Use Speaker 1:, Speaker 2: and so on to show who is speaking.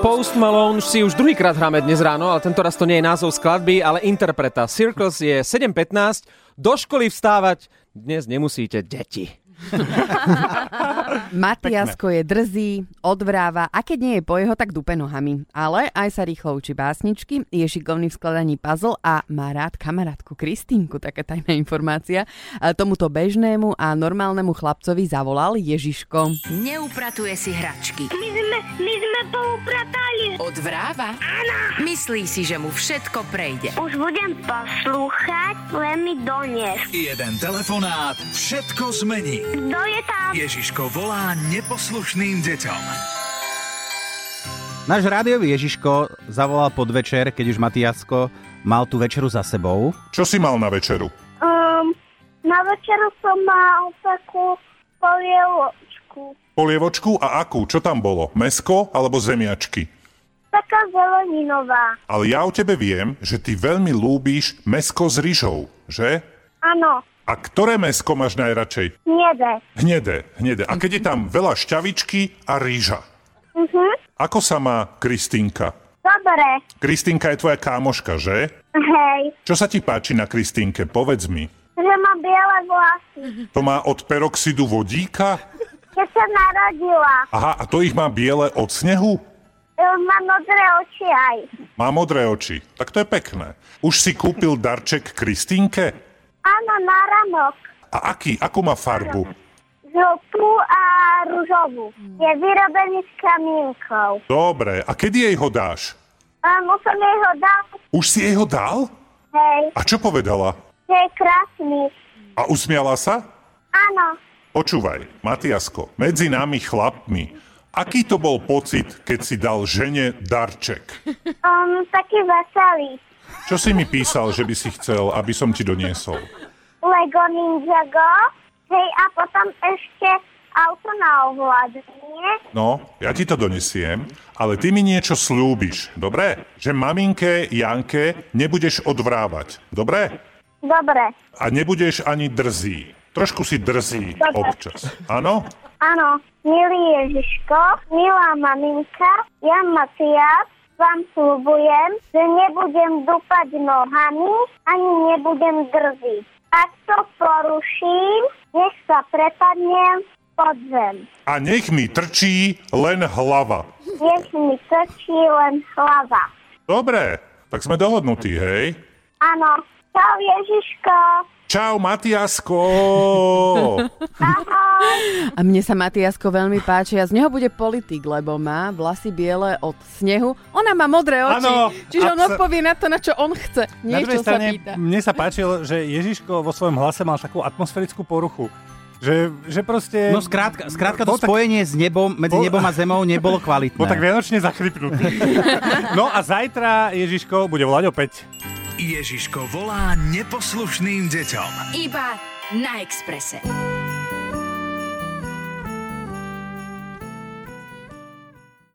Speaker 1: Post Malone si už druhýkrát hráme dnes ráno, ale tento raz to nie je názov skladby, ale interpreta. Circles je 7.15, do školy vstávať dnes nemusíte, deti.
Speaker 2: Matiasko je drzý, odvráva a keď nie je po jeho, tak dupe nohami. Ale aj sa rýchlo učí básničky, je šikovný v skladaní puzzle a má rád kamarátku Kristínku, taká tajná informácia. A Tomuto bežnému a normálnemu chlapcovi zavolal Ježiško.
Speaker 3: Neupratuje si hračky.
Speaker 4: My sme, my sme poupratali.
Speaker 3: Odvráva. Myslí si, že mu všetko prejde.
Speaker 4: Už budem poslúchať, len mi donies.
Speaker 5: Jeden telefonát všetko zmení.
Speaker 4: Kto je tam?
Speaker 5: Ježiško volá neposlušným deťom.
Speaker 6: Náš rádiový Ježiško zavolal podvečer, keď už Matiasko mal tú večeru za sebou.
Speaker 7: Čo si mal na večeru?
Speaker 4: Um, na večeru som mal takú polievočku.
Speaker 7: Polievočku a akú? Čo tam bolo? Mesko alebo zemiačky?
Speaker 4: Taká zeleninová.
Speaker 7: Ale ja o tebe viem, že ty veľmi ľúbíš mesko s ryžou, že?
Speaker 4: Áno,
Speaker 7: A ktoré mesko máš najradšej?
Speaker 4: niede.
Speaker 7: Hnedé, hnedé. A keď je tam veľa šťavičky a rýža.
Speaker 4: Mhm,
Speaker 7: Ako sa má Kristinka?
Speaker 4: dobre.
Speaker 7: Kristinka je tvoja kámoška, že?
Speaker 4: Hej,
Speaker 7: Čo sa ti páči na Kristinke? Povedz mi.
Speaker 4: že má biele vlasy.
Speaker 7: To má od peroxidu vodíka?
Speaker 4: Keď sa narodila,
Speaker 7: Aha, a to ich má biele od snehu?
Speaker 4: um, má modré oči aj.
Speaker 7: Má modré oči. Tak to je pekné. Už si kúpil darček Kristinke?
Speaker 4: Áno, na ranok.
Speaker 7: A aký? Akú má farbu?
Speaker 4: Žltú a rúžovú. Je vyrobený s kamienkov.
Speaker 7: Dobre. A kedy jej ho dáš?
Speaker 4: Um, už som jej ho dal.
Speaker 7: Už si jej ho dal?
Speaker 4: Hej,
Speaker 7: A čo povedala?
Speaker 4: že je krásny.
Speaker 7: A usmiala sa?
Speaker 4: Áno,
Speaker 7: Počúvaj, Matiasko, medzi nami chlapmi, aký to bol pocit, keď si dal žene darček?
Speaker 4: um, taký veselý.
Speaker 7: Čo si mi písal, že by si chcel, aby som ti doniesol?
Speaker 4: Lego Ninjago. Hej, a potom ešte auto na ovládanie.
Speaker 7: No, ja ti to donesiem, ale ty mi niečo slúbiš, dobre? Že maminke Janke nebudeš odvrávať, dobre?
Speaker 4: Dobre,
Speaker 7: A nebudeš ani drzý. Trošku si drzý občas, áno?
Speaker 4: áno. Milý Ježiško, milá maminka, ja Matias, vám slúbujem, že nebudem dupať nohami, ani nebudem drziť. Ak to poruším, nech sa prepadnem pod zem.
Speaker 7: A nech mi trčí len hlava.
Speaker 4: Nech mi točí len hlava.
Speaker 7: Dobre, tak sme dohodnutí, hej?
Speaker 4: Áno. Čau Ježiško.
Speaker 7: Čau, Matiasko!
Speaker 4: Ahoj.
Speaker 2: A mne sa Matiasko veľmi páči a z neho bude politik, lebo má vlasy biele od snehu. Ona má modré oči,
Speaker 6: Áno,
Speaker 2: čiže on
Speaker 6: abso-
Speaker 2: odpovie na to, na čo on chce.
Speaker 6: Na
Speaker 2: Niečo
Speaker 6: druhej
Speaker 2: sa
Speaker 6: strane,
Speaker 2: pýta.
Speaker 6: mne sa páčilo, že Ježiško vo svojom hlase mal takú atmosférickú poruchu. Že, že proste...
Speaker 8: No skrátka, skrátka to
Speaker 6: Bol tak-
Speaker 8: spojenie s nebom, medzi
Speaker 6: bol-
Speaker 8: nebom a zemou nebolo kvalitné.
Speaker 6: Bol no tak vianočne zachrypnutý. no a zajtra Ježiško bude volať opäť.
Speaker 5: Ježiško volá neposlušným deťom.
Speaker 3: Iba na Exprese.